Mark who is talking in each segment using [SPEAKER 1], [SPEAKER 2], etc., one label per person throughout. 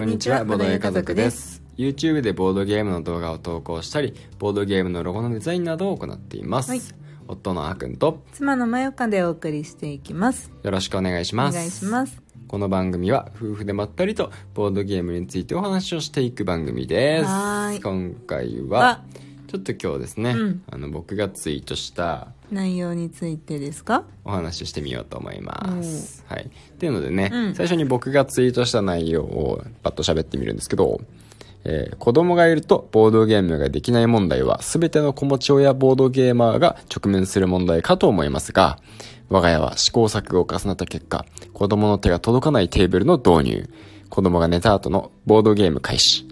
[SPEAKER 1] んにちはボードゲー家族です
[SPEAKER 2] YouTube でボードゲームの動画を投稿したりボードゲームのロゴのデザインなどを行っています、
[SPEAKER 1] はい
[SPEAKER 2] 夫のあくんと
[SPEAKER 1] 妻のまよかでお送りしていきます
[SPEAKER 2] よろしくお願いし
[SPEAKER 1] お
[SPEAKER 2] ます
[SPEAKER 1] 願いします
[SPEAKER 2] この番組は夫婦でまったりとボードゲームについてお話をしていく番組です
[SPEAKER 1] はーい
[SPEAKER 2] 今回は
[SPEAKER 1] は
[SPEAKER 2] ちょっと今日ですね、
[SPEAKER 1] うん
[SPEAKER 2] あの僕がツイートした
[SPEAKER 1] 内容についてですか
[SPEAKER 2] お話ししてみようと思います。はい。っていうのでね、
[SPEAKER 1] うん
[SPEAKER 2] 最初に僕がツイートした内容をパッと喋ってみるんですけど、えー子供がいるとボードゲームができない問題は全ての子持ち親ボードゲーマーが直面する問題かと思いますが、我が家は試行錯誤を重ねた結果、子供の手が届かないテーブルの導入、子供が寝た後のボードゲーム開始、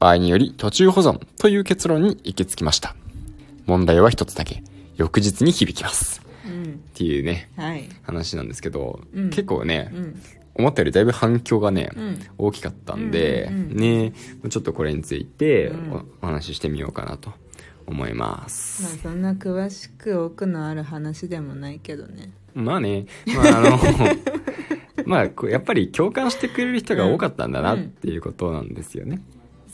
[SPEAKER 2] 場合により途中保存という結論に行き着きました。問題は一つだけ、翌日に響きます。
[SPEAKER 1] うん
[SPEAKER 2] っていうね、
[SPEAKER 1] はい
[SPEAKER 2] 話なんですけど、
[SPEAKER 1] うん
[SPEAKER 2] 結構ね、
[SPEAKER 1] うん
[SPEAKER 2] 思ったよりだいぶ反響がね、
[SPEAKER 1] うん
[SPEAKER 2] 大きかったんで、
[SPEAKER 1] うんうんう
[SPEAKER 2] ねちょっとこれについてお,、
[SPEAKER 1] うん
[SPEAKER 2] 話ししてみようかなと思いま
[SPEAKER 1] まあ
[SPEAKER 2] す。
[SPEAKER 1] そんな詳しく奥のある話でもないけどね
[SPEAKER 2] まあね、まああの まあこうやっぱり共感してくれる人が多かったんだなっていうことなんですよね。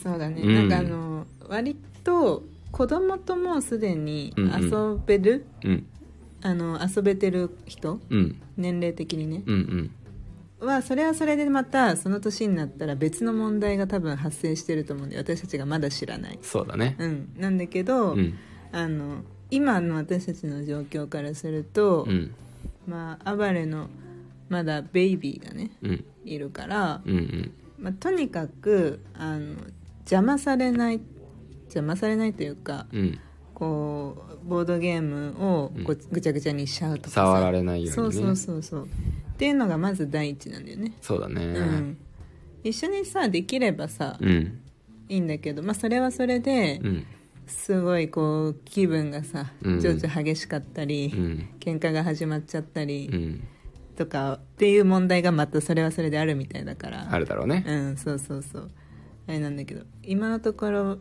[SPEAKER 1] そうだね、
[SPEAKER 2] うん
[SPEAKER 1] なんかあの割と子供ともうすでに
[SPEAKER 2] うんう
[SPEAKER 1] 遊べる、
[SPEAKER 2] うん、
[SPEAKER 1] あの遊べてる人
[SPEAKER 2] うん、
[SPEAKER 1] 年齢的にね
[SPEAKER 2] うん、うん、
[SPEAKER 1] はそれはそれでまたその年になったら別の問題が多分発生してると思うんで私たちがまだ知らない、
[SPEAKER 2] そうだね。
[SPEAKER 1] うん、なんだけど、
[SPEAKER 2] うん、
[SPEAKER 1] あの今の私たちの状況からすると、
[SPEAKER 2] うん、
[SPEAKER 1] まあ暴れのまだベイビーがね
[SPEAKER 2] うん、
[SPEAKER 1] いるから、
[SPEAKER 2] うん、うん、
[SPEAKER 1] まあ、とにかくあの邪魔されない邪魔されないというか、
[SPEAKER 2] うん、
[SPEAKER 1] こうボードゲームをごぐちゃぐちゃにしちゃうとかさ
[SPEAKER 2] 触られないよう
[SPEAKER 1] そ
[SPEAKER 2] に
[SPEAKER 1] う
[SPEAKER 2] ね。
[SPEAKER 1] そうそうそうっていうのがまず第一なんだよね
[SPEAKER 2] そうだね。
[SPEAKER 1] うん、一緒にさできればさ、
[SPEAKER 2] うん、
[SPEAKER 1] いいんだけど、まあ、それはそれで
[SPEAKER 2] うん、
[SPEAKER 1] すごいこう気分がさ
[SPEAKER 2] うん
[SPEAKER 1] 情緒激しかったり、
[SPEAKER 2] うん、
[SPEAKER 1] 喧嘩が始まっちゃったり
[SPEAKER 2] うん、
[SPEAKER 1] とかっていう問題がまたそれはそれであるみたいだから
[SPEAKER 2] あるだろうね。
[SPEAKER 1] うんそうそうそうあれなんだけど今のところ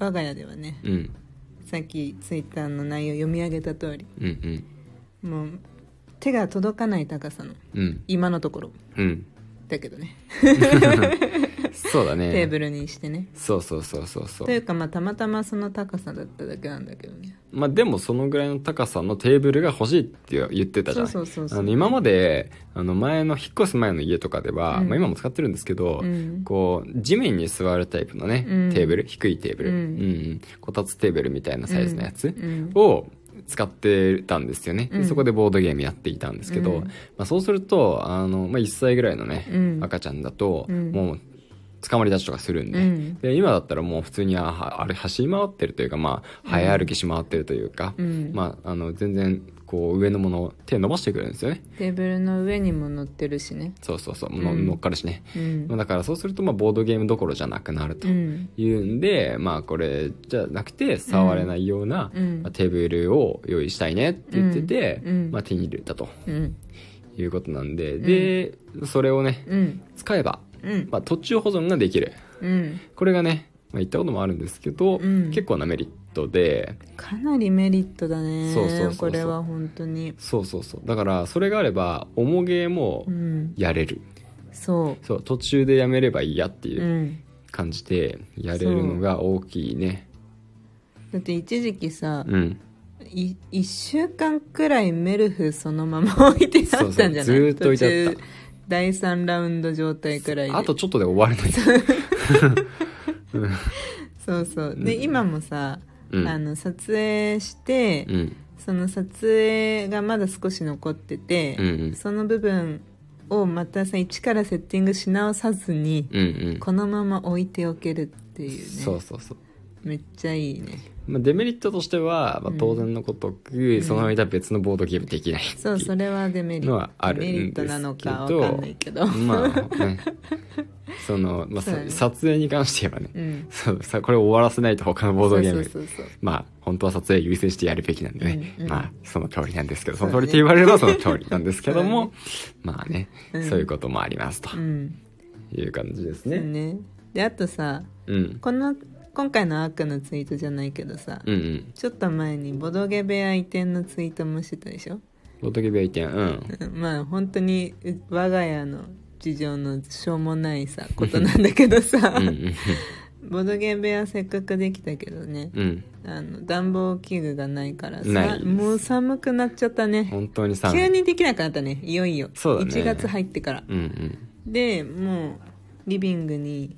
[SPEAKER 1] 我が家ではね
[SPEAKER 2] うん。
[SPEAKER 1] さっきツイッターの内容読み上げた通り
[SPEAKER 2] うん
[SPEAKER 1] もう手が届かない高さの
[SPEAKER 2] うんうん
[SPEAKER 1] 今のところ
[SPEAKER 2] うん
[SPEAKER 1] だけどね
[SPEAKER 2] そうだね
[SPEAKER 1] テーブルにしてね
[SPEAKER 2] そうそうそうそうそ
[SPEAKER 1] という
[SPEAKER 2] う
[SPEAKER 1] かまあたまたまその高さだっただけなんだけどね
[SPEAKER 2] まあでもそのぐらいの高さのテーブルが欲しいって言ってたじゃない
[SPEAKER 1] そうそうそうそう
[SPEAKER 2] あの今まであの前の引っ越す前の家とかでは、
[SPEAKER 1] うん
[SPEAKER 2] まあ、今も使ってるんですけど、
[SPEAKER 1] うん
[SPEAKER 2] こう地面に座るタイプのね、
[SPEAKER 1] うん
[SPEAKER 2] テーブル低いテーブル、
[SPEAKER 1] うん
[SPEAKER 2] うんこたつテーブルみたいなサイズのやつ、
[SPEAKER 1] うん
[SPEAKER 2] を使ってたんですよね、で
[SPEAKER 1] うん
[SPEAKER 2] そこでボードゲームやっていたんですけど、
[SPEAKER 1] うん
[SPEAKER 2] まあ、そうするとあの、まあ、1歳ぐらいのね、
[SPEAKER 1] うん
[SPEAKER 2] 赤ちゃんだと、
[SPEAKER 1] うん
[SPEAKER 2] もう捕まり立ちとかするんで,、
[SPEAKER 1] うん
[SPEAKER 2] で今だったらもう普通にあはあれ走り回ってるというか、まあ、早歩きし回ってるというか、
[SPEAKER 1] うん
[SPEAKER 2] まあ、あの全然こう上のものを手伸ばしてくるんですよね
[SPEAKER 1] テーブルの上にも乗ってるしね
[SPEAKER 2] そうそうそうの
[SPEAKER 1] うん
[SPEAKER 2] 乗っかるしね、
[SPEAKER 1] うん
[SPEAKER 2] まあ、だからそうするとまあボードゲームどころじゃなくなると。
[SPEAKER 1] うん
[SPEAKER 2] いうんで、まあこれじゃなくて触れないような、
[SPEAKER 1] うん
[SPEAKER 2] まあテーブルを用意したいねって言ってて、
[SPEAKER 1] うんうん
[SPEAKER 2] まあ手に入れたと
[SPEAKER 1] うん
[SPEAKER 2] いうことなんで、で、それをね、
[SPEAKER 1] うん
[SPEAKER 2] 使えば、
[SPEAKER 1] うん
[SPEAKER 2] まあ途中保存ができる。
[SPEAKER 1] うん
[SPEAKER 2] これがね、まあ言ったこともあるんですけど、
[SPEAKER 1] うん
[SPEAKER 2] 結構なメリットで、
[SPEAKER 1] かなりメリットだね
[SPEAKER 2] そうそうそうそう
[SPEAKER 1] これは本当に
[SPEAKER 2] そうそうそう。だからそれがあれば、重げも
[SPEAKER 1] うん
[SPEAKER 2] やれる。
[SPEAKER 1] そ
[SPEAKER 2] そう、途中でやめればいいやって
[SPEAKER 1] う、、
[SPEAKER 2] いううん感じで、やれるのが大きいね。
[SPEAKER 1] だって一時期さ、
[SPEAKER 2] うん。
[SPEAKER 1] い1週間くらいメルフそのまま置いてあったんじゃない
[SPEAKER 2] そうそうずーっと置いてあった
[SPEAKER 1] 途中第3ラウンド状態くらいで
[SPEAKER 2] あとちょっとで終わるのに。
[SPEAKER 1] そうそうで、今もさ、
[SPEAKER 2] うん
[SPEAKER 1] あの撮影して、
[SPEAKER 2] うん。
[SPEAKER 1] その撮影がまだ少し残ってて、
[SPEAKER 2] うんうん
[SPEAKER 1] その部分をまたさ一からセッティングし直さずに、
[SPEAKER 2] うんうん。
[SPEAKER 1] このまま置いておけるっていうね
[SPEAKER 2] そうそうそう、
[SPEAKER 1] めっちゃいいね
[SPEAKER 2] まあ、デメリットとしては、まあ
[SPEAKER 1] うん、
[SPEAKER 2] 当然のことく、その間別のボードゲームできないってい
[SPEAKER 1] そうそれはデメリッ
[SPEAKER 2] の
[SPEAKER 1] ト
[SPEAKER 2] はあるんです
[SPEAKER 1] メ
[SPEAKER 2] けど
[SPEAKER 1] リットなのかわかんないけど
[SPEAKER 2] まあね その、まあ、
[SPEAKER 1] そうだね
[SPEAKER 2] さ撮影に関して言えば
[SPEAKER 1] う
[SPEAKER 2] ね、
[SPEAKER 1] ん
[SPEAKER 2] そうさこれを終わらせないと他のボードゲーム
[SPEAKER 1] そうそうそうそう
[SPEAKER 2] まあ本当は撮影優先してやるべきなんでね、
[SPEAKER 1] うんうん
[SPEAKER 2] まあその通りなんですけどそ
[SPEAKER 1] そう
[SPEAKER 2] の
[SPEAKER 1] だね
[SPEAKER 2] 通りって言われるのは その通りなんですけども、まあね、
[SPEAKER 1] うん
[SPEAKER 2] そういうこともありますと
[SPEAKER 1] うん
[SPEAKER 2] いう感じです
[SPEAKER 1] ね
[SPEAKER 2] ね、
[SPEAKER 1] であとさ
[SPEAKER 2] うん、
[SPEAKER 1] この今回のアークのツイートじゃないけどさ、
[SPEAKER 2] うんうん
[SPEAKER 1] ちょっと前にボドゲ部屋移転のツイートもしてたでしょ、
[SPEAKER 2] ボードゲームは移転うん
[SPEAKER 1] うんまあ本当にう我が家の日常のしょうもないさことなんだけどさ、
[SPEAKER 2] うんうん
[SPEAKER 1] ボードゲーム部屋せっかくできたけどね、
[SPEAKER 2] うん
[SPEAKER 1] あの暖房器具がないから
[SPEAKER 2] な
[SPEAKER 1] さ
[SPEAKER 2] いです
[SPEAKER 1] もう寒くなっちゃったね
[SPEAKER 2] 本当にさ
[SPEAKER 1] 急にできなくなったねいよいよ
[SPEAKER 2] そうだね
[SPEAKER 1] 1月入ってから
[SPEAKER 2] うんうん
[SPEAKER 1] でもうリビングに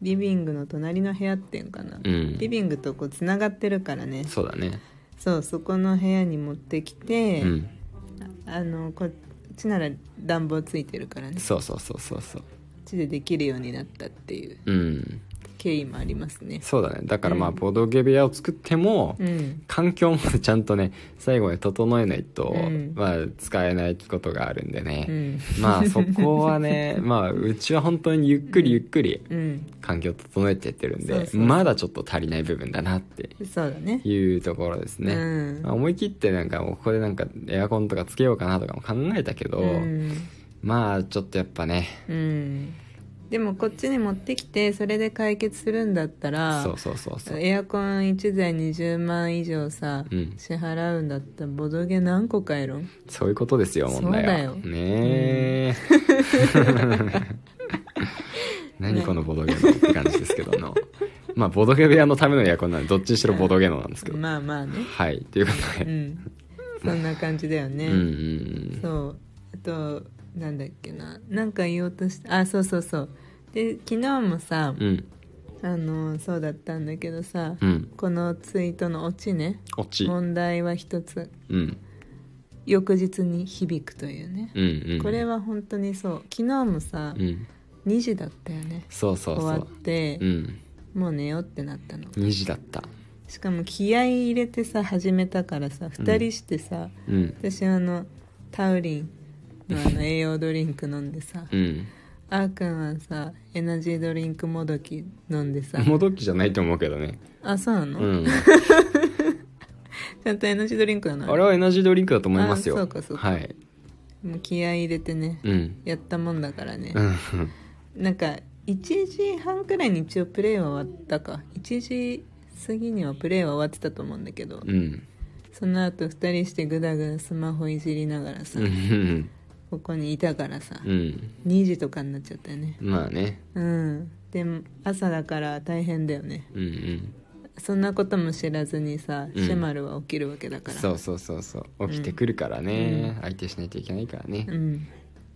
[SPEAKER 1] リビングの隣の部屋っていうかな、
[SPEAKER 2] うん
[SPEAKER 1] リビングとこうつながってるからね
[SPEAKER 2] そうだね
[SPEAKER 1] そうそこの部屋に持ってきて、
[SPEAKER 2] うん
[SPEAKER 1] あのこっちなら暖房ついてるからねこ
[SPEAKER 2] そうそうそうそうそう
[SPEAKER 1] っちでできるようになったっていう
[SPEAKER 2] うん
[SPEAKER 1] 経緯もありますね
[SPEAKER 2] そうだねだからまあ
[SPEAKER 1] うん
[SPEAKER 2] ボードゲーム部屋を作っても、
[SPEAKER 1] うん
[SPEAKER 2] 環境もちゃんとね最後に整えないと、
[SPEAKER 1] うん
[SPEAKER 2] まあ使えないことがあるんでね、
[SPEAKER 1] うん
[SPEAKER 2] まあそこはね まあうちは本当にゆっくりゆっくり
[SPEAKER 1] うん
[SPEAKER 2] 環境整えてってるんで
[SPEAKER 1] そうそうそう
[SPEAKER 2] まだちょっと足りない部分だなって
[SPEAKER 1] そうだね
[SPEAKER 2] いうところですね、
[SPEAKER 1] うん
[SPEAKER 2] まあ思い切ってなんかもうここでなんかエアコンとかつけようかなとかも考えたけど、
[SPEAKER 1] うん、
[SPEAKER 2] まあちょっとやっぱね
[SPEAKER 1] うん、でもこっちに持ってきてそれで解決するんだったら
[SPEAKER 2] そうそうそうそう
[SPEAKER 1] エアコン1台20万以上さ、
[SPEAKER 2] うん
[SPEAKER 1] 支払うんだったらボドゲ何個買えろ
[SPEAKER 2] そういうことですよ問
[SPEAKER 1] そう
[SPEAKER 2] 題は
[SPEAKER 1] だよ
[SPEAKER 2] ねえ何このボドゲノって感じですけ どのまあボドゲ部屋のためのエアコンなんでどっちにしろボドゲノなんですけど、
[SPEAKER 1] まあまあね
[SPEAKER 2] はいということ
[SPEAKER 1] う
[SPEAKER 2] で、
[SPEAKER 1] んそんな感じだよね、
[SPEAKER 2] うん、うんうん
[SPEAKER 1] そうあとなんだっけななんか言おうとしたあそうそうそうで昨日もさ、
[SPEAKER 2] うん
[SPEAKER 1] あのそうだったんだけどさ、
[SPEAKER 2] うん
[SPEAKER 1] このツイートのオチね
[SPEAKER 2] 落ちうん
[SPEAKER 1] 問題は一つ
[SPEAKER 2] うん
[SPEAKER 1] 翌日に響くというね、
[SPEAKER 2] うん
[SPEAKER 1] これは本当にそう昨日もさ、
[SPEAKER 2] うん
[SPEAKER 1] 2時だったよね
[SPEAKER 2] そうそうそ
[SPEAKER 1] 終わ
[SPEAKER 2] う
[SPEAKER 1] って、
[SPEAKER 2] うん
[SPEAKER 1] もう寝ようってなったの
[SPEAKER 2] 2時だった
[SPEAKER 1] しかも気合い入れてさ始めたからさ2人してさ、
[SPEAKER 2] うん
[SPEAKER 1] 私あのタウリンのあの栄養ドリンク飲んでさ、
[SPEAKER 2] うん
[SPEAKER 1] あーくんはさエナジードリンクもどき飲んでさ
[SPEAKER 2] もどきじゃないと思うけどね
[SPEAKER 1] あそうなの、
[SPEAKER 2] うん
[SPEAKER 1] ちゃんとエナジードリンクなの
[SPEAKER 2] あれはエナジードリンクだと思いますよ
[SPEAKER 1] あそうかそうか
[SPEAKER 2] はい
[SPEAKER 1] もう気合い入れてね、
[SPEAKER 2] うん
[SPEAKER 1] やったもんだからね
[SPEAKER 2] う、ん
[SPEAKER 1] なんか1時半くらいに一応プレイは終わったか1時過ぎにはプレイは終わってたと思うんだけど、
[SPEAKER 2] うん
[SPEAKER 1] その後2人してグダグダスマホいじりながらさ、
[SPEAKER 2] うん
[SPEAKER 1] ここにいたからさ、
[SPEAKER 2] うん
[SPEAKER 1] 2時とかになっちゃったよね
[SPEAKER 2] まあね
[SPEAKER 1] うんでも朝だから大変だよね
[SPEAKER 2] うんうん
[SPEAKER 1] そんなことも知らずにさ、
[SPEAKER 2] うん
[SPEAKER 1] シェマルは起きるわけだから
[SPEAKER 2] そうそうそうそう起きてくるからね、相手しないといけないからね、
[SPEAKER 1] うん、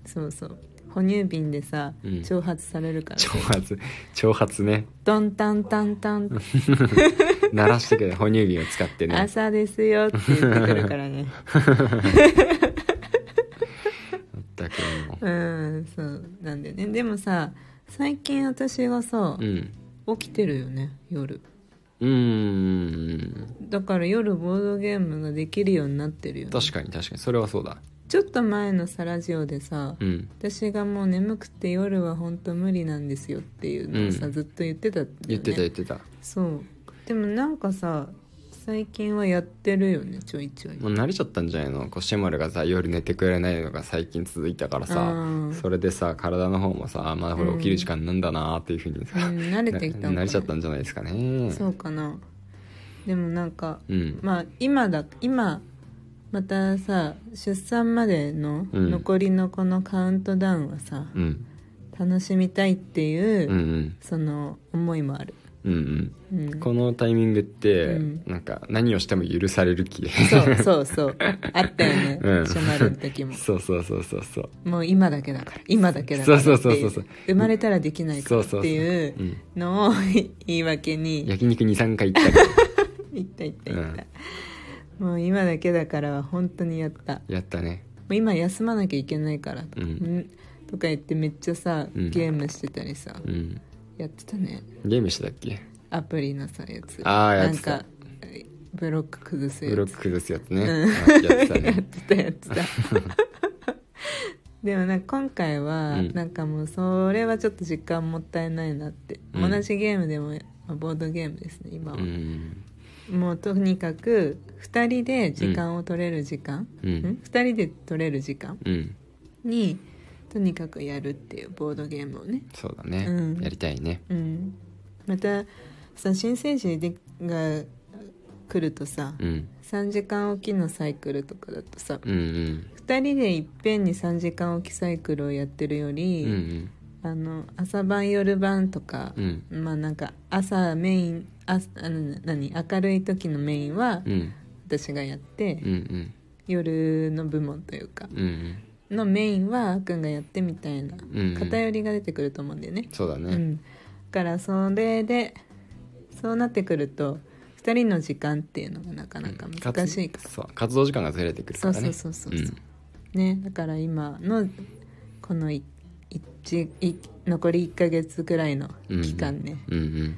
[SPEAKER 1] そうそう哺乳瓶でさ、
[SPEAKER 2] うん
[SPEAKER 1] 挑発されるから
[SPEAKER 2] 挑発挑発ね
[SPEAKER 1] ドンタンタンタン、
[SPEAKER 2] 鳴らしてく る哺乳瓶を使ってね
[SPEAKER 1] 朝ですよって言ってくるから ね
[SPEAKER 2] だけども
[SPEAKER 1] うんそうなんだよねでもさ最近私がさ
[SPEAKER 2] う、ん
[SPEAKER 1] 起きてるよね夜
[SPEAKER 2] うーん
[SPEAKER 1] だから夜ボードゲームができるようになってるよね
[SPEAKER 2] 確かに確かにそれはそうだ
[SPEAKER 1] ちょっと前のサラジオでさ、
[SPEAKER 2] うん
[SPEAKER 1] 私がもう眠くて夜は本当無理なんですよっていうのをさ、
[SPEAKER 2] うん
[SPEAKER 1] ずっと言ってたんだよね
[SPEAKER 2] 言ってた言ってた、
[SPEAKER 1] そうでもなんかさ最近はやってるよねちょいちょい
[SPEAKER 2] もう慣れちゃったんじゃないのこうシェマルがさ夜寝てくれないのが最近続いたからさ
[SPEAKER 1] うん
[SPEAKER 2] それでさ体の方もさあまだこれ起きる時間なんだなーっていうふうにさ、
[SPEAKER 1] うん慣れてきたのかな
[SPEAKER 2] な慣れちゃったんじゃないですかね
[SPEAKER 1] そうかなでもなんか
[SPEAKER 2] うん
[SPEAKER 1] まあ今だ今またさ出産までの
[SPEAKER 2] うん
[SPEAKER 1] 残りのこのカウントダウンはさ、
[SPEAKER 2] うん
[SPEAKER 1] 楽しみたいっていう、
[SPEAKER 2] うんうん
[SPEAKER 1] その思いもある、
[SPEAKER 2] うんうん
[SPEAKER 1] うん、
[SPEAKER 2] このタイミングって、
[SPEAKER 1] うん
[SPEAKER 2] なんか何をしても許される気
[SPEAKER 1] そうそうそうあったよね、
[SPEAKER 2] うん
[SPEAKER 1] シェマルの時も
[SPEAKER 2] そうそうそうそうそう
[SPEAKER 1] もう今だけだ から今だけだからってい
[SPEAKER 2] そうそうそうそうそう
[SPEAKER 1] 生まれたらできないか
[SPEAKER 2] そ
[SPEAKER 1] ら
[SPEAKER 2] う
[SPEAKER 1] って
[SPEAKER 2] そうそう
[SPEAKER 1] いう
[SPEAKER 2] うん、
[SPEAKER 1] のを言い訳に
[SPEAKER 2] 焼肉23回行ったり
[SPEAKER 1] 言った言った言った、もう今だけだからは本当にやったも
[SPEAKER 2] やったね
[SPEAKER 1] う今休まなきゃいけないからと,、
[SPEAKER 2] うん
[SPEAKER 1] とか言ってめっちゃさ
[SPEAKER 2] うん
[SPEAKER 1] ゲームしてたりさ、
[SPEAKER 2] うん
[SPEAKER 1] やってたね
[SPEAKER 2] ゲームしてたっけ
[SPEAKER 1] アプリのさやつ
[SPEAKER 2] あー
[SPEAKER 1] な
[SPEAKER 2] やっ
[SPEAKER 1] ん
[SPEAKER 2] てた
[SPEAKER 1] かブロック崩すやつ
[SPEAKER 2] ブロック崩すやつね、
[SPEAKER 1] うん
[SPEAKER 2] あやってた
[SPEAKER 1] やっ
[SPEAKER 2] ね
[SPEAKER 1] てたや ってたでもなんか今回は
[SPEAKER 2] うん
[SPEAKER 1] なんかもうそれはちょっと時間もったいないなって、
[SPEAKER 2] うん
[SPEAKER 1] 同じゲームでもまあボードゲームですね今は
[SPEAKER 2] う、ん
[SPEAKER 1] もうとにかく2人で時間を取れる時間、
[SPEAKER 2] うん
[SPEAKER 1] 2人で取れる時間
[SPEAKER 2] うん
[SPEAKER 1] にとにかくやるっていうボードゲームをね
[SPEAKER 2] そうだね、
[SPEAKER 1] うん
[SPEAKER 2] やりたいね
[SPEAKER 1] うんまたさ新成人でが来るとさ、
[SPEAKER 2] うん
[SPEAKER 1] 3時間おきのサイクルとかだとさ、
[SPEAKER 2] うんうん
[SPEAKER 1] 2 2人でいっぺんに3時間置きサイクルをやってるより、
[SPEAKER 2] うんうん
[SPEAKER 1] あの朝晩夜晩とか、
[SPEAKER 2] うん
[SPEAKER 1] まあなんか朝メインああの何明るい時のメインは
[SPEAKER 2] うん
[SPEAKER 1] 私がやって、
[SPEAKER 2] うんうん
[SPEAKER 1] 夜の部門というか
[SPEAKER 2] うんうん
[SPEAKER 1] のメインはあーくんがやってみたいな
[SPEAKER 2] うん
[SPEAKER 1] 偏りが出てくると思うんだよね。
[SPEAKER 2] そうだ
[SPEAKER 1] う
[SPEAKER 2] ね
[SPEAKER 1] ん、だからそれでそうなってくると2人の時間っていうのがなかなか難しいから
[SPEAKER 2] 活そう活動時間がずれてくるからね
[SPEAKER 1] そうそうそうそうそうねだから今のこのい一い残り1ヶ月ぐらいの期間ね、
[SPEAKER 2] うんうん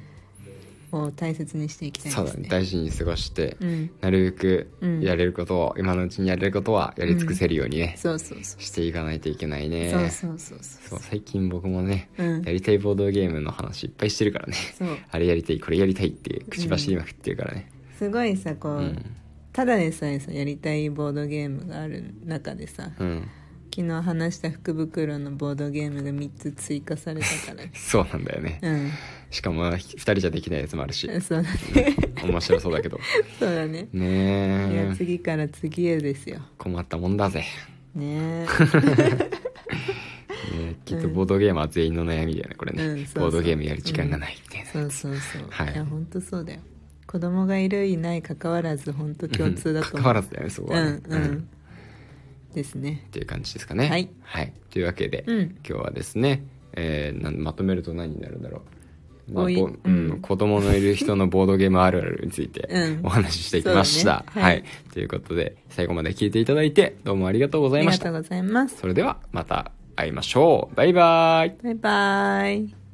[SPEAKER 1] を大切にしていきたい
[SPEAKER 2] そう
[SPEAKER 1] で
[SPEAKER 2] だ
[SPEAKER 1] す
[SPEAKER 2] ね
[SPEAKER 1] ね
[SPEAKER 2] 大事に過ごして
[SPEAKER 1] うん
[SPEAKER 2] なるべく
[SPEAKER 1] うん
[SPEAKER 2] やれることを今のうちにやれることはやり尽くせるようにね
[SPEAKER 1] そうそうそう、
[SPEAKER 2] していかないといけないね
[SPEAKER 1] そうそうそう
[SPEAKER 2] そう最近僕もね
[SPEAKER 1] そううん
[SPEAKER 2] やりたいボードゲームの話いっぱいしてるからね
[SPEAKER 1] そう
[SPEAKER 2] あれやりたいこれやりたいって口走りまくってるからね
[SPEAKER 1] すごいさこう、
[SPEAKER 2] うん
[SPEAKER 1] ただでさえさやりたいボードゲームがある中でさ
[SPEAKER 2] うん
[SPEAKER 1] 昨日話した福袋のボードゲームが3つ追加されたから
[SPEAKER 2] そうなんだよね
[SPEAKER 1] う
[SPEAKER 2] しかも2人じゃできないやつもあるし
[SPEAKER 1] んそうだね
[SPEAKER 2] 面白そうだけど
[SPEAKER 1] そうだねいや
[SPEAKER 2] ねえ
[SPEAKER 1] 次から次へですよ
[SPEAKER 2] 困ったもんだぜ
[SPEAKER 1] ね
[SPEAKER 2] ねきっとボードゲームは全員の悩みだよねこれね、
[SPEAKER 1] うんそうそう
[SPEAKER 2] ボードゲームやる時間がないみたい
[SPEAKER 1] え
[SPEAKER 2] な、
[SPEAKER 1] そうそうそう、
[SPEAKER 2] はい
[SPEAKER 1] いや本当そうだよ子供がいるいない関わらず本当
[SPEAKER 2] うん
[SPEAKER 1] 共通だと思う
[SPEAKER 2] 関わらずだよねそこはね、
[SPEAKER 1] うんうん、
[SPEAKER 2] うん
[SPEAKER 1] ですね
[SPEAKER 2] っていう感じですかね
[SPEAKER 1] はい、
[SPEAKER 2] というわけで、
[SPEAKER 1] うん
[SPEAKER 2] 今日はですね、えーなんまとめると何になるんだろう、まあ
[SPEAKER 1] おい
[SPEAKER 2] ぼうん
[SPEAKER 1] うん
[SPEAKER 2] 子供のいる人のボードゲームあるあるについて
[SPEAKER 1] うん
[SPEAKER 2] お話ししていきました、
[SPEAKER 1] そうだねはい
[SPEAKER 2] ということで最後まで聞いていただいてどうもありがとうご
[SPEAKER 1] あ
[SPEAKER 2] ざい
[SPEAKER 1] り
[SPEAKER 2] ま
[SPEAKER 1] が
[SPEAKER 2] し
[SPEAKER 1] と
[SPEAKER 2] た
[SPEAKER 1] うございます
[SPEAKER 2] それではまた会いましょうバイバイ
[SPEAKER 1] バイバイ